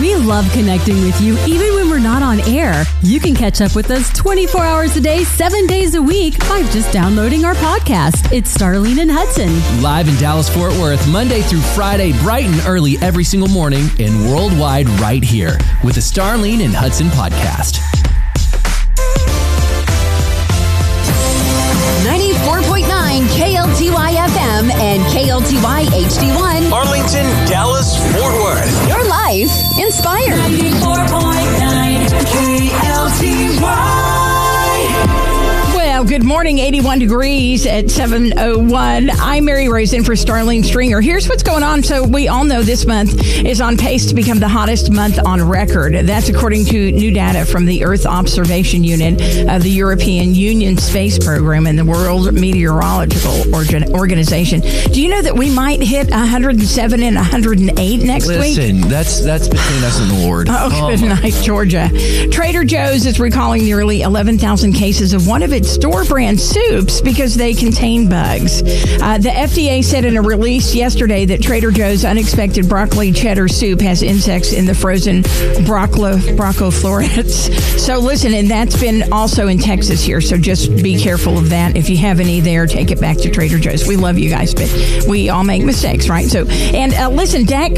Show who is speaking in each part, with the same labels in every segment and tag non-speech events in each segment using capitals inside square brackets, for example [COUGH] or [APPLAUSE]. Speaker 1: We love connecting with you even when we're not on air. You can catch up with us 24 hours a day, seven days a week by just downloading our podcast. It's Starlene and Hudson.
Speaker 2: Live in Dallas, Fort Worth, Monday through Friday, bright and early every single morning, and worldwide right here with the Starlene and Hudson podcast.
Speaker 3: 94.9 KLTY FM and KLTY HD1.
Speaker 4: Arlington, Dallas, Fort Worth.
Speaker 3: Your life inspired.
Speaker 5: 94.9 KLTY.
Speaker 6: Well, good morning. 81 degrees at 701. I'm Mary Raisin for Starlene Stringer. Here's what's going on. So we all know this month is on pace to become the hottest month on record. That's according to new data from the Earth Observation Unit of the European Union Space Program and the World Meteorological Organ- Organization. Do you know that we might hit 107 and 108 next week?
Speaker 2: Listen, that's that's between us and the Lord.
Speaker 6: Oh, good
Speaker 2: my-
Speaker 6: night, Georgia. Trader Joe's is recalling nearly 11,000 cases of one of its store brand soups because they contain bugs. Uh, the FDA said in a release yesterday that Trader Joe's unexpected broccoli cheddar soup has insects in the frozen broccolo, broccolorets. So listen, and that's been also in Texas here. So just be careful of that. If you have any there, take it back to Trader Joe's. We love you guys, but we all make mistakes, right? So, and uh, listen, Dak,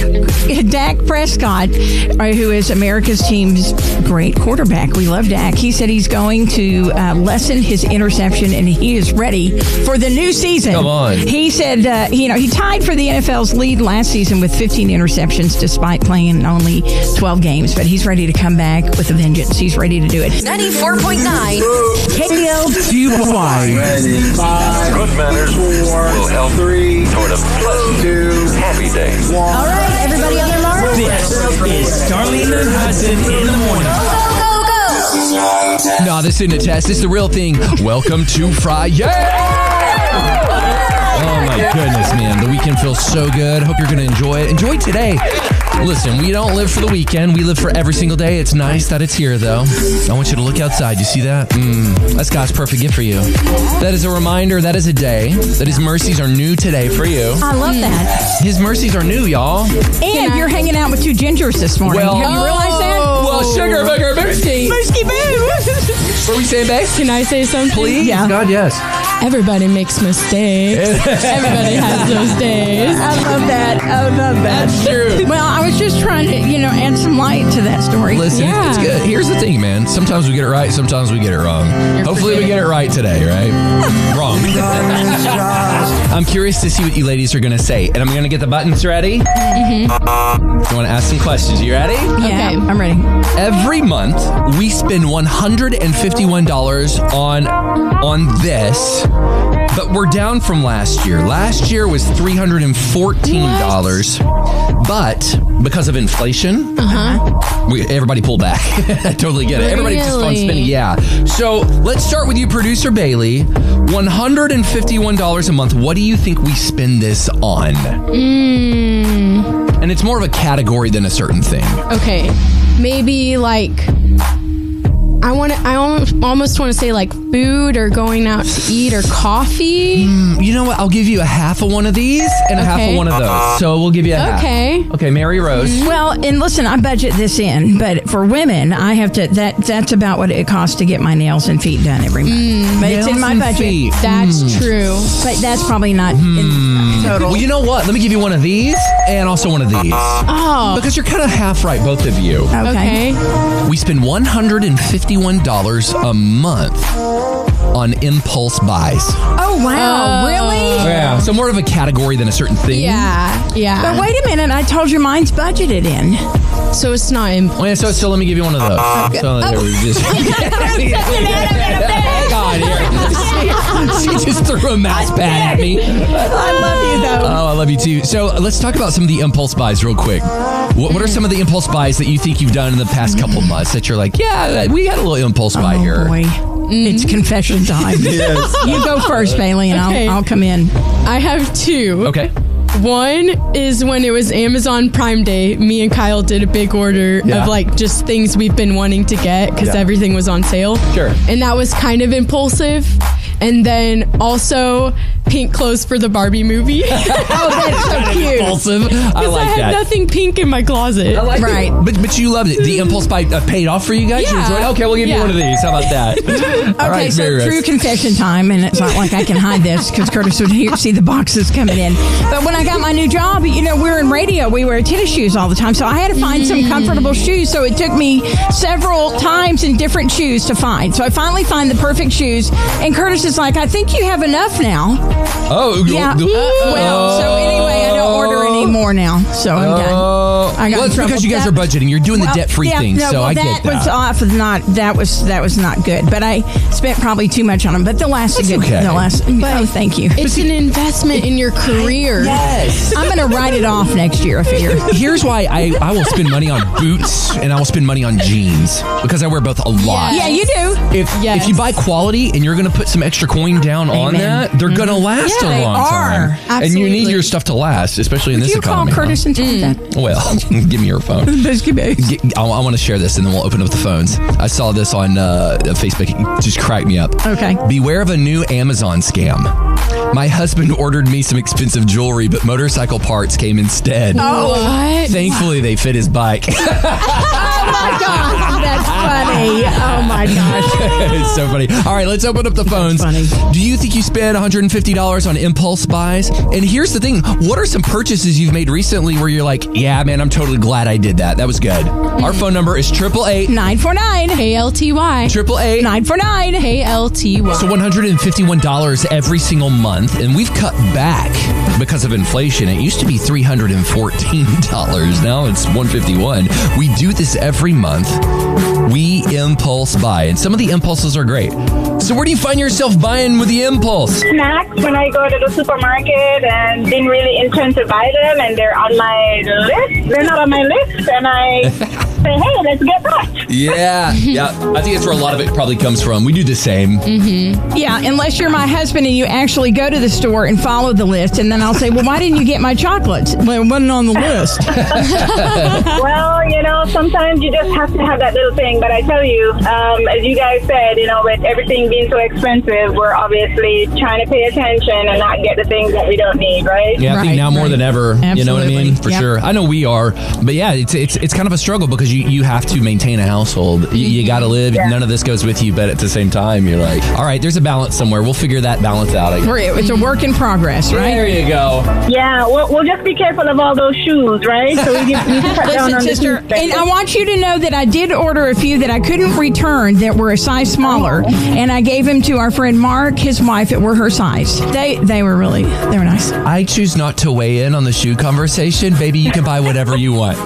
Speaker 6: Dak Prescott, uh, who is America's team's great quarterback, we love Dak. He said he's going to uh, lessen his interception, and he is ready for the new season.
Speaker 2: Come on.
Speaker 6: He said, uh, you know, he tied for the NFL's lead last season with 15 interceptions, despite playing in only 12 games. But he's ready to come back with a vengeance. He's ready to do it.
Speaker 3: 94.9
Speaker 2: Dubai.
Speaker 4: Good manners will help toward a pleasant, happy day.
Speaker 3: All right, everybody on their mark.
Speaker 7: This is Starlene and Hudson in the morning.
Speaker 3: Go,
Speaker 2: No, this isn't a test. It's the real thing. Welcome to Friday. Oh my goodness, man. The weekend feels so good. Hope you're going to enjoy it. Enjoy today. Listen, we don't live for the weekend. We live for every single day. It's nice that it's here, though. I want you to look outside. You see that? Mm, that's God's perfect gift for you. That is a reminder. That is a day. That His mercies are new today for you.
Speaker 6: I love that.
Speaker 2: His mercies are new, y'all.
Speaker 6: And you're hanging out with two gingers this morning.
Speaker 2: Well-
Speaker 6: Have you realized that?
Speaker 8: oh,
Speaker 2: Well, sugar, booger, boosty.
Speaker 6: Moosky boo.
Speaker 2: [LAUGHS] What are we saying, babe?
Speaker 8: Can I say something?
Speaker 2: Please?
Speaker 6: Yeah.
Speaker 2: God, yes.
Speaker 8: Everybody makes
Speaker 3: [LAUGHS]
Speaker 8: mistakes. Everybody has those days.
Speaker 6: I love that. I love
Speaker 2: [LAUGHS]
Speaker 6: that.
Speaker 2: That's true.
Speaker 6: Well, I was just trying to, you know, add some light to that story.
Speaker 2: Listen,
Speaker 8: Yeah.
Speaker 2: it's good. Here's the thing, man. Sometimes we get it right, sometimes we get it wrong. Hopefully, we get it right today, right? wrong. I'm curious to see what you ladies are going to say, and I'm going to get the buttons ready. Mm-hmm. You want to ask some questions? You ready?
Speaker 6: Yeah,
Speaker 8: Okay.
Speaker 6: I'm ready.
Speaker 2: Every month, we spend $151 on on this, but we're down from last year. Last year was $314, but because of inflation, we, everybody pulled back. [LAUGHS] I totally get it. Everybody just on
Speaker 8: Really?
Speaker 2: spending. Yeah. So let's start with you, producer Bailey. $151 a month. What do you think we spend this on? And it's more of a category than a certain thing.
Speaker 8: Okay, maybe like I want to. I al- almost want to say like food or going out to eat or coffee.
Speaker 2: You know what? I'll give you a half of one of these and a half of
Speaker 8: Okay.
Speaker 2: one of those. So we'll give you a half.
Speaker 8: Okay.
Speaker 2: Okay, Mary Rose.
Speaker 6: Well, and listen, I budget this in, but for women, I have to. That that's about what it costs to get my nails and feet done every month.
Speaker 8: Mm.
Speaker 6: but it's in
Speaker 2: Nails
Speaker 6: my
Speaker 2: and
Speaker 6: budget.
Speaker 2: feet.
Speaker 8: That's true.
Speaker 6: But that's probably not
Speaker 8: Hmm.
Speaker 6: in total.
Speaker 2: Well, you know what? Let me give you one of these and also one of these.
Speaker 8: Oh,
Speaker 2: Because you're kind of half right, both of you.
Speaker 8: okay.
Speaker 2: We spend $151 a month on impulse buys.
Speaker 6: Oh wow,
Speaker 8: Oh.
Speaker 6: really?
Speaker 2: Yeah. So more of a category than a certain thing.
Speaker 8: Yeah,
Speaker 6: But
Speaker 8: yeah.
Speaker 6: wait a minute, I told you mine's budgeted in.
Speaker 8: So it's not in.
Speaker 2: Oh, yeah, so, so let me give you one of those. So there we just. [LAUGHS] Hang on here. She, she just threw a mouse pad at me.
Speaker 6: I love you though.
Speaker 2: Oh, I love you too. So uh, let's talk about some of the impulse buys real quick. What, what are some of the impulse buys that you think you've done in the past couple months that you're like, yeah, we had a little impulse buy here?
Speaker 6: Oh, Boy, it's confession [LAUGHS] time. You go first, Bailey, and
Speaker 8: Okay.
Speaker 6: I'll, I'll come in.
Speaker 8: I have two.
Speaker 2: [LAUGHS] Okay.
Speaker 8: One is when it was Amazon Prime Day, me and Kyle did a big order
Speaker 2: Yeah.
Speaker 8: of like just things we've been wanting to get because
Speaker 2: Yeah.
Speaker 8: everything was on sale.
Speaker 2: Sure.
Speaker 8: And that was kind of impulsive. and then also pink clothes for the Barbie movie. [LAUGHS]
Speaker 6: Oh, that's so cute.
Speaker 2: Impulsive. I
Speaker 8: Because I,
Speaker 2: like
Speaker 8: have
Speaker 2: that.
Speaker 8: nothing pink in my closet.
Speaker 2: I like it.
Speaker 6: Right.
Speaker 2: But but you loved it. The impulse buy uh, paid off for you guys. You
Speaker 8: Yeah.
Speaker 2: enjoyed it? Okay, we'll give you
Speaker 8: Yeah.
Speaker 2: one of these. How about that? All
Speaker 6: Okay,
Speaker 2: right,
Speaker 6: so
Speaker 2: Mary Rose.
Speaker 6: true confession time, and it's not like I can hide this because Curtis would hear, see the boxes coming in. But when I got my new job, you know, we're in radio, we wear tennis shoes all the time, so I had to find some comfortable shoes. So it took me several times in different shoes to find. So I finally find the perfect shoes, and Curtis is like, "I think you have enough now."
Speaker 2: Oh,
Speaker 6: Yeah. Well, so anyway, I don't order anymore now, so I'm
Speaker 2: Oh,
Speaker 6: done. I got
Speaker 2: well,
Speaker 6: in
Speaker 2: it's
Speaker 6: trouble.
Speaker 2: because you guys
Speaker 6: That-
Speaker 2: are budgeting. You're doing the debt free
Speaker 6: yeah,
Speaker 2: thing,
Speaker 6: no,
Speaker 2: so
Speaker 6: well,
Speaker 2: I
Speaker 6: that
Speaker 2: get that.
Speaker 6: was off of not that was that was not good. But I spent probably too much on them. But the last good,
Speaker 2: okay.
Speaker 6: the last. oh, thank you.
Speaker 8: It's an investment in your career.
Speaker 6: Yes, I'm gonna write it off next year. I figure.
Speaker 2: Here's why I, I will spend money
Speaker 6: [LAUGHS]
Speaker 2: on boots and I will spend money on jeans because I wear both a lot.
Speaker 6: yeah, you do.
Speaker 2: If
Speaker 8: Yes.
Speaker 2: if you buy quality and you're going to put some extra coin down on
Speaker 6: Amen. Mm-hmm.
Speaker 2: that, they're going to last
Speaker 6: Yeah,
Speaker 2: a
Speaker 6: they
Speaker 2: long
Speaker 6: are.
Speaker 2: time. And you need
Speaker 8: Absolutely.
Speaker 2: your stuff to last, especially in this
Speaker 6: you call
Speaker 2: economy. huh?
Speaker 6: Curtis and tell him that.
Speaker 2: Well, [LAUGHS] give me your phone.
Speaker 6: Biscuit base.
Speaker 2: Get- I, want to share this, and then we'll open up the phones. I saw this on uh, Facebook. It just cracked me up.
Speaker 6: Okay.
Speaker 2: Beware of a new Amazon scam. My husband ordered me some expensive jewelry, but motorcycle parts came instead.
Speaker 8: Oh, What?
Speaker 2: Thankfully, they fit his bike.
Speaker 6: [LAUGHS] Oh, That's funny. Oh my gosh.
Speaker 2: [LAUGHS] it's so funny. All right, let's open up the phones.
Speaker 6: funny.
Speaker 2: Do you think you spend $150 on impulse buys? And here's the thing what are some purchases you've made recently where you're like, yeah, man, I'm totally glad I did that? That was good. Our phone number is 888
Speaker 6: Nine four nine.
Speaker 8: A L T Y.
Speaker 2: 888
Speaker 6: Nine four nine.
Speaker 8: A L T Y.
Speaker 2: So $151 every single month, and we've cut back because of inflation. It used to be $314. Now it's $151. We do this every month. We impulse buy, and some of the impulses are great. So where do you find yourself buying with the impulse?
Speaker 9: snacks when I go to the supermarket and didn't really intend to buy them, and they're on my list. They're not on my list, and I say, hey, let's get that.
Speaker 2: [LAUGHS] Yeah, yeah. I think that's where a lot of it probably comes from. We do the same.
Speaker 6: Yeah, unless you're my husband and you actually go to the store and follow the list, and then I'll say, well, why didn't you get my chocolates? Well, it wasn't on the list.
Speaker 9: well, you know, sometimes you just have to have that little thing. But I tell you, um, as you guys said, you know, with everything being so expensive, we're obviously trying to pay attention and not get the things that we don't need, right?
Speaker 2: Yeah, I think
Speaker 6: Right,
Speaker 2: now more
Speaker 6: right.
Speaker 2: than ever. You know what I mean?
Speaker 6: Absolutely.
Speaker 2: For
Speaker 6: Yep.
Speaker 2: sure. I know we are, but yeah, it's it's it's kind of a struggle because you you have to maintain a household. You, you
Speaker 6: Mm-hmm.
Speaker 2: got to live. None of this goes with you, but at the same time, you're like, all right, there's a balance somewhere. We'll figure that balance out. I-
Speaker 6: We're- [LAUGHS] It's a work in progress, right?
Speaker 2: There you go.
Speaker 9: Yeah, we'll, we'll just be careful of all those shoes, right? So we can, we can cut down
Speaker 6: Listen,
Speaker 9: on [LAUGHS]
Speaker 6: sister,
Speaker 9: the shoes.
Speaker 6: and I want you to know that I did order a few that I couldn't return that were a size smaller, and I gave them to our friend Mark, his wife. It were her size. They they were really they were nice.
Speaker 2: I choose not to weigh in on the shoe conversation, baby. You can buy whatever you
Speaker 6: [LAUGHS]
Speaker 2: want.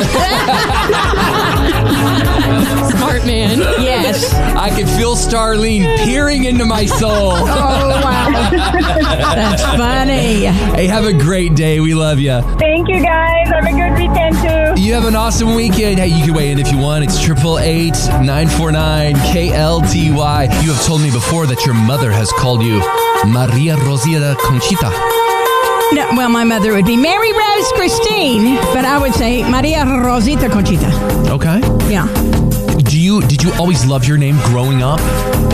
Speaker 8: Smart man.
Speaker 6: Yes.
Speaker 2: I can feel Starlene peering into my
Speaker 6: [LAUGHS]
Speaker 2: soul.
Speaker 6: Oh wow, that's funny.
Speaker 2: Hey, have a great day. We love you.
Speaker 9: Thank you, guys. Have a good weekend, too.
Speaker 2: You have an awesome weekend. Hey, you can weigh in if you want. It's 888 949 KLTY. You have told me before that your mother has called you Maria Rosita Conchita.
Speaker 6: No, well, my mother would be Mary Rose Christine, but I would say Maria Rosita Conchita.
Speaker 2: Okay.
Speaker 6: Yeah.
Speaker 2: Do you did you always love your name growing up?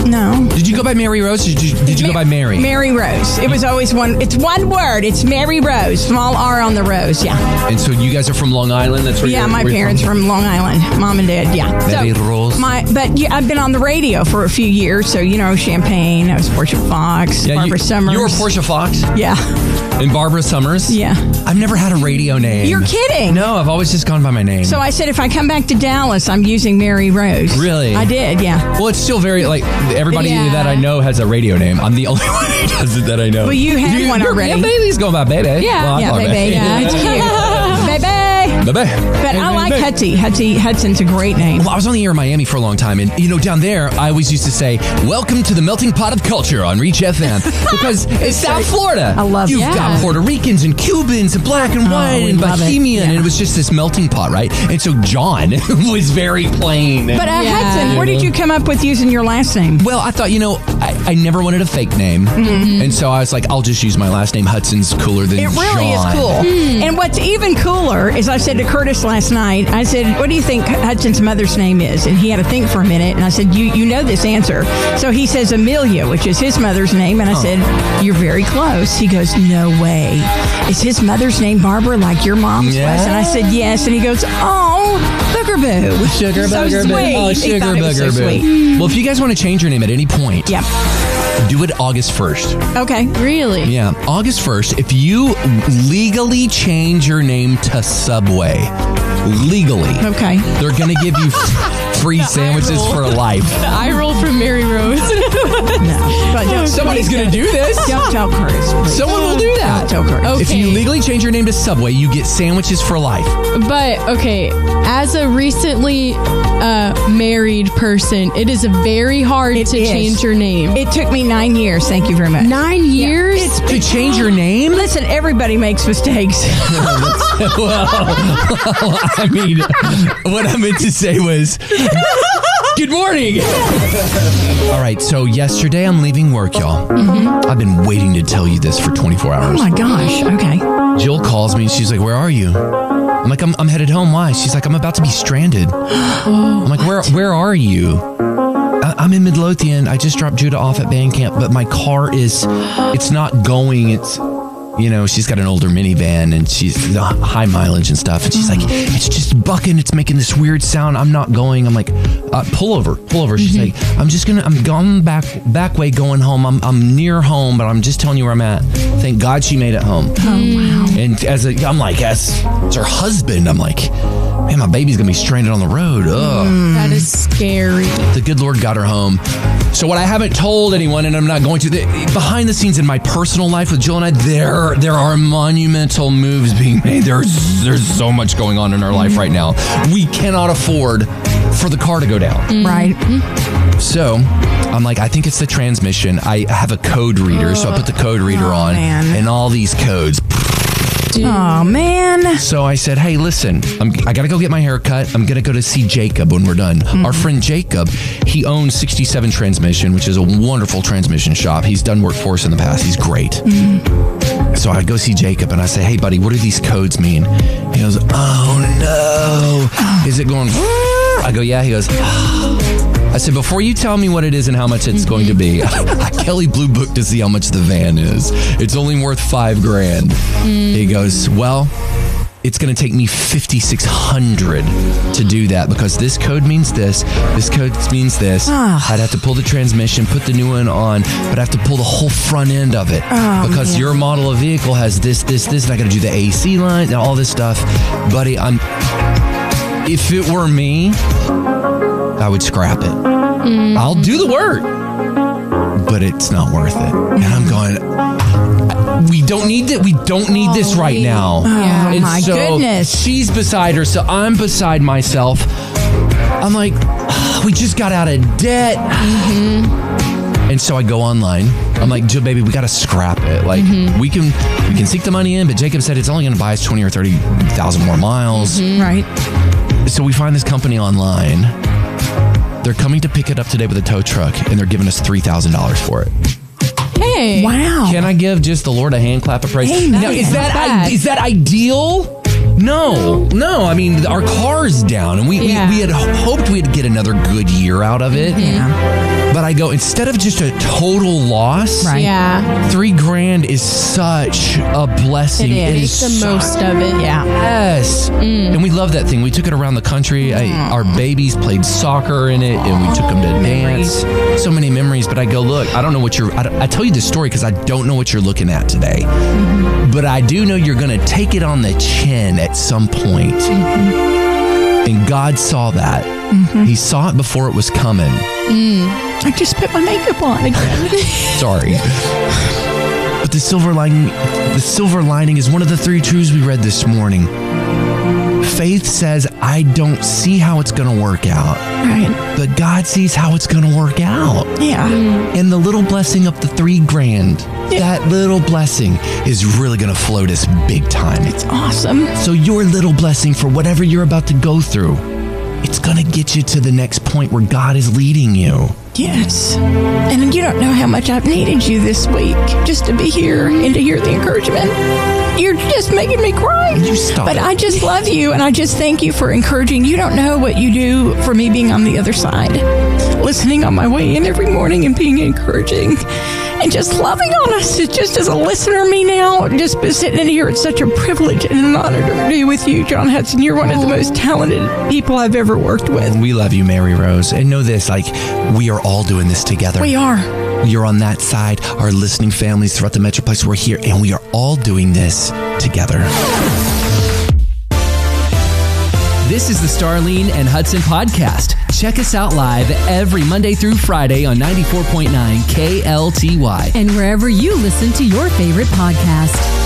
Speaker 6: No.
Speaker 2: Did you go by Mary Rose or did you, did you go by Mary?
Speaker 6: Mary Rose. It was always one. It's one word. It's Mary Rose. Small R on the rose. Yeah.
Speaker 2: And so you guys are from Long Island. That's where
Speaker 6: Yeah.
Speaker 2: you're-
Speaker 6: My
Speaker 2: where you're
Speaker 6: parents
Speaker 2: from.
Speaker 6: from Long Island. Mom and Dad. Yeah. So-
Speaker 2: Mary Rose.
Speaker 6: My, but yeah, I've been on the radio for a few years, so you know, Champagne. I was Portia Fox,
Speaker 2: Yeah,
Speaker 6: Barbara
Speaker 2: you,
Speaker 6: Summers.
Speaker 2: You were Portia Fox
Speaker 6: Yeah,
Speaker 2: and Barbara Summers.
Speaker 6: Yeah.
Speaker 2: I've never had a radio name.
Speaker 6: You're kidding.
Speaker 2: No, I've always just gone by my name.
Speaker 6: So I said, if I come back to Dallas, I'm using Mary Rose.
Speaker 2: Really?
Speaker 6: I did. Uh, Yeah.
Speaker 2: Well, it's still very like everybody
Speaker 8: Yeah.
Speaker 2: that I know has a radio name. I'm the [LAUGHS] only one who does it that I know.
Speaker 6: Well, you had one
Speaker 2: your-
Speaker 6: already.
Speaker 2: Your baby's going by baby.
Speaker 8: Yeah.
Speaker 2: well, I'm
Speaker 6: yeah,
Speaker 2: going by
Speaker 6: baby. Yeah,
Speaker 2: [LAUGHS]
Speaker 6: it's cute, baby.
Speaker 2: Baby.
Speaker 6: But
Speaker 2: Hey,
Speaker 6: I
Speaker 2: baby.
Speaker 6: like Hudsy. Hudsy Hudson's a great name.
Speaker 2: Well, I was on the air in Miami for a long time, and you know, down there, I always used to say, "Welcome to the melting pot of culture" on Reach
Speaker 6: [LAUGHS]
Speaker 2: FM, because it's South Florida.
Speaker 6: I love
Speaker 2: You've
Speaker 6: it.
Speaker 2: got
Speaker 8: Yeah.
Speaker 2: Puerto Ricans and Cubans and black and white
Speaker 6: we
Speaker 2: and
Speaker 6: love it.
Speaker 2: Bohemian,
Speaker 6: Yeah.
Speaker 2: and it was just this melting pot, right? And so John [LAUGHS] was very plain.
Speaker 6: But uh,
Speaker 8: Yeah.
Speaker 6: Hudson, where did you come up with using your last name?
Speaker 2: Well, I thought, you know, I, I never wanted a fake name. And so I was like, I'll just use my last name. Hudson's cooler than
Speaker 6: Mm-hmm. It really
Speaker 2: John.
Speaker 6: is cool. And what's even cooler is I said, said to Curtis last night, I said, What do you think Hudson's mother's name is? And he had to think for a minute. And I said, You, you know this answer. So he says Amelia, which is his mother's name. And I said, You're very close. He goes, No way. Is his mother's name Barbara like your mom's was? And I said, Yes. And he goes, Oh, Booger Boo.
Speaker 2: Sugar
Speaker 6: so
Speaker 2: booger
Speaker 6: sweet.
Speaker 2: boo. Oh,
Speaker 6: He
Speaker 2: sugar
Speaker 6: thought it was
Speaker 2: booger
Speaker 6: so
Speaker 2: boo.
Speaker 6: sweet.
Speaker 2: Well, if you guys want to change your name at any point,
Speaker 6: Yeah.
Speaker 2: do it August 1st.
Speaker 6: Okay.
Speaker 8: Really?
Speaker 2: Yeah, August 1st. If you legally change your name to Subway, legally,
Speaker 6: Okay.
Speaker 2: they're going to
Speaker 6: [LAUGHS]
Speaker 2: give you f- free sandwiches
Speaker 8: roll.
Speaker 2: for life.
Speaker 8: The eye roll from Mary Rose.
Speaker 6: [LAUGHS] No. But don't,
Speaker 2: Somebody's going to do this.
Speaker 6: don't tell Curtis. please.
Speaker 2: Someone will do that.
Speaker 6: Don't tell Curtis.
Speaker 8: Okay.
Speaker 2: If you legally change your name to Subway, you get sandwiches for life.
Speaker 8: But okay, as a recently uh, married person, it is very hard
Speaker 6: It
Speaker 8: to
Speaker 6: is.
Speaker 8: change your name.
Speaker 6: It took me nine years. Thank you very much.
Speaker 8: Nine years?
Speaker 2: To change your name?
Speaker 6: Listen, everybody makes mistakes.
Speaker 2: [LAUGHS] I mean, what I meant to say was, good morning. All right, so yesterday I'm leaving work, y'all. I've been waiting to tell you this for 24 hours.
Speaker 6: Mm-hmm. Oh my gosh. Okay.
Speaker 2: Jill calls me and she's like, Where are you? I'm like, I'm, I'm headed home. Why? She's like, I'm about to be
Speaker 6: [GASPS]
Speaker 2: stranded. I'm like, Where where are you? I, I'm in Midlothian. I just dropped Judah off at band camp, but my car is, it's not going. It's, you know, she's got an older minivan and she's the high mileage and stuff. And she's like, it's just bucking. It's making this weird sound. I'm not going. I'm like, uh, pull over, pull over. She's like, I'm just gonna, I'm gone back back way going home. I'm I'm near home, but I'm just telling you where I'm at. Thank God she made it home. Oh wow. And as a, I'm like, as it's her husband, I'm like, man, my baby's gonna be stranded on the road. Ugh
Speaker 6: Mm.
Speaker 8: that is scary.
Speaker 2: the good Lord got her home. So what I haven't told anyone, and I'm not going to, the, behind the scenes in my personal life with Jill and I, there there are monumental moves being made. There's there's so much going on in our life right now. We cannot afford for the car to go down.
Speaker 6: Mm. Right.
Speaker 2: So I'm like, I think it's the transmission. I have a code reader, so I put the code reader on,
Speaker 6: man.
Speaker 2: and all these codes. Mm.
Speaker 6: Oh, man.
Speaker 2: So I said, "Hey, listen, I'm, I gotta go get my hair cut. I'm gonna go to see Jacob when we're done. Our friend Jacob, he owns 67 Transmission, which is a wonderful transmission shop. He's done work for us in the past. He's great. So I go see Jacob and I say, "Hey, buddy, what do these codes mean?" He goes, "Oh no, is it going?" I go, "Yeah." He goes. "Oh." I said, before you tell me what it is and how much it's going to be, [LAUGHS] I Kelly Blue Book to see how much the van is. It's only worth five grand. He goes, well, it's going to take me 5600 to do that because this code means this this code means this i'd have to pull the transmission put the new one on but i have to pull the whole front end of it because your model of vehicle has this this this and i got to do the ac line and all this stuff buddy i'm if it were me i would scrap it i'll do the work but it's not worth it and i'm going I- we don't need that we don't need this right now
Speaker 8: Yeah.
Speaker 2: and
Speaker 6: Oh, my
Speaker 2: so
Speaker 6: goodness.
Speaker 2: She's beside herself. I'm beside myself. I'm like, "Ah, we just got out of debt.
Speaker 6: Mm-hmm.
Speaker 2: And so I go online. I'm like, Jill, baby, we gotta scrap it. Like,
Speaker 6: Mm-hmm.
Speaker 2: we can we can sink the money in, but Jacob said it's only gonna buy us twenty or thirty thousand more miles.
Speaker 6: Right.
Speaker 2: So we find this company online. They're coming to pick it up today with a tow truck, and they're giving us three thousand dollars for it.
Speaker 8: Hey.
Speaker 1: Oh
Speaker 6: Wow.
Speaker 2: Can I give just the Lord a hand clap of praise?
Speaker 6: Hey,
Speaker 2: now,
Speaker 6: nice.
Speaker 2: is that
Speaker 8: Not bad.
Speaker 2: I- is that ideal? No, no. I mean, our car's down, and we,
Speaker 8: Yeah.
Speaker 2: we, we had hoped we'd get another good year out of it. But I go instead of just a total loss,
Speaker 6: Right.
Speaker 8: Yeah.
Speaker 2: three grand is such a blessing.
Speaker 6: It
Speaker 2: It
Speaker 8: Make
Speaker 2: is
Speaker 8: the
Speaker 2: so-
Speaker 8: most of it.
Speaker 6: Yeah.
Speaker 2: Yes, and we love that thing. We took it around the country. I, our babies played soccer in it, and we took them to dance. So many memories. But I go, look, I don't know what you're. I, don't- I tell you this story because I don't know what you're looking at today, but I do know you're going to take it on the chin at some point. And God saw that. He saw it before it was coming.
Speaker 6: I just put my makeup on again.
Speaker 2: Sorry. But the silver lining the silver lining is one of the three truths we read this morning. Faith says, I don't see how it's gonna work out,
Speaker 6: right.
Speaker 2: but God sees how it's gonna work out.
Speaker 6: Yeah.
Speaker 2: And the little blessing of the three grand, that little blessing is really gonna float us big time.
Speaker 6: It's awesome.
Speaker 2: So your little blessing for whatever you're about to go through it's going to get you to the next point where God is leading you.
Speaker 6: Yes. And you don't know how much I've needed you this week just to be here and to hear the encouragement. You're just making me cry.
Speaker 2: You stop
Speaker 6: But
Speaker 2: it.
Speaker 6: I just love you and I just thank you for encouraging. You don't know what you do for me being on the other side, listening on my way in every morning and being encouraging and just loving on us. It just as a listener, me now, just sitting in here, it's such a privilege and an honor to be with you, John Hudson. You're one of the most talented people I've ever worked with.
Speaker 2: We love you, Mary Rose. And know this like, we are all doing this together.
Speaker 6: We are.
Speaker 2: You're on that side. Our listening families throughout the Metroplex, we're here, and we are all doing this together.
Speaker 10: This is the Starlene and Hudson podcast. Check us out live every Monday through Friday on 94.9 KLTY.
Speaker 1: and wherever you listen to your favorite podcast.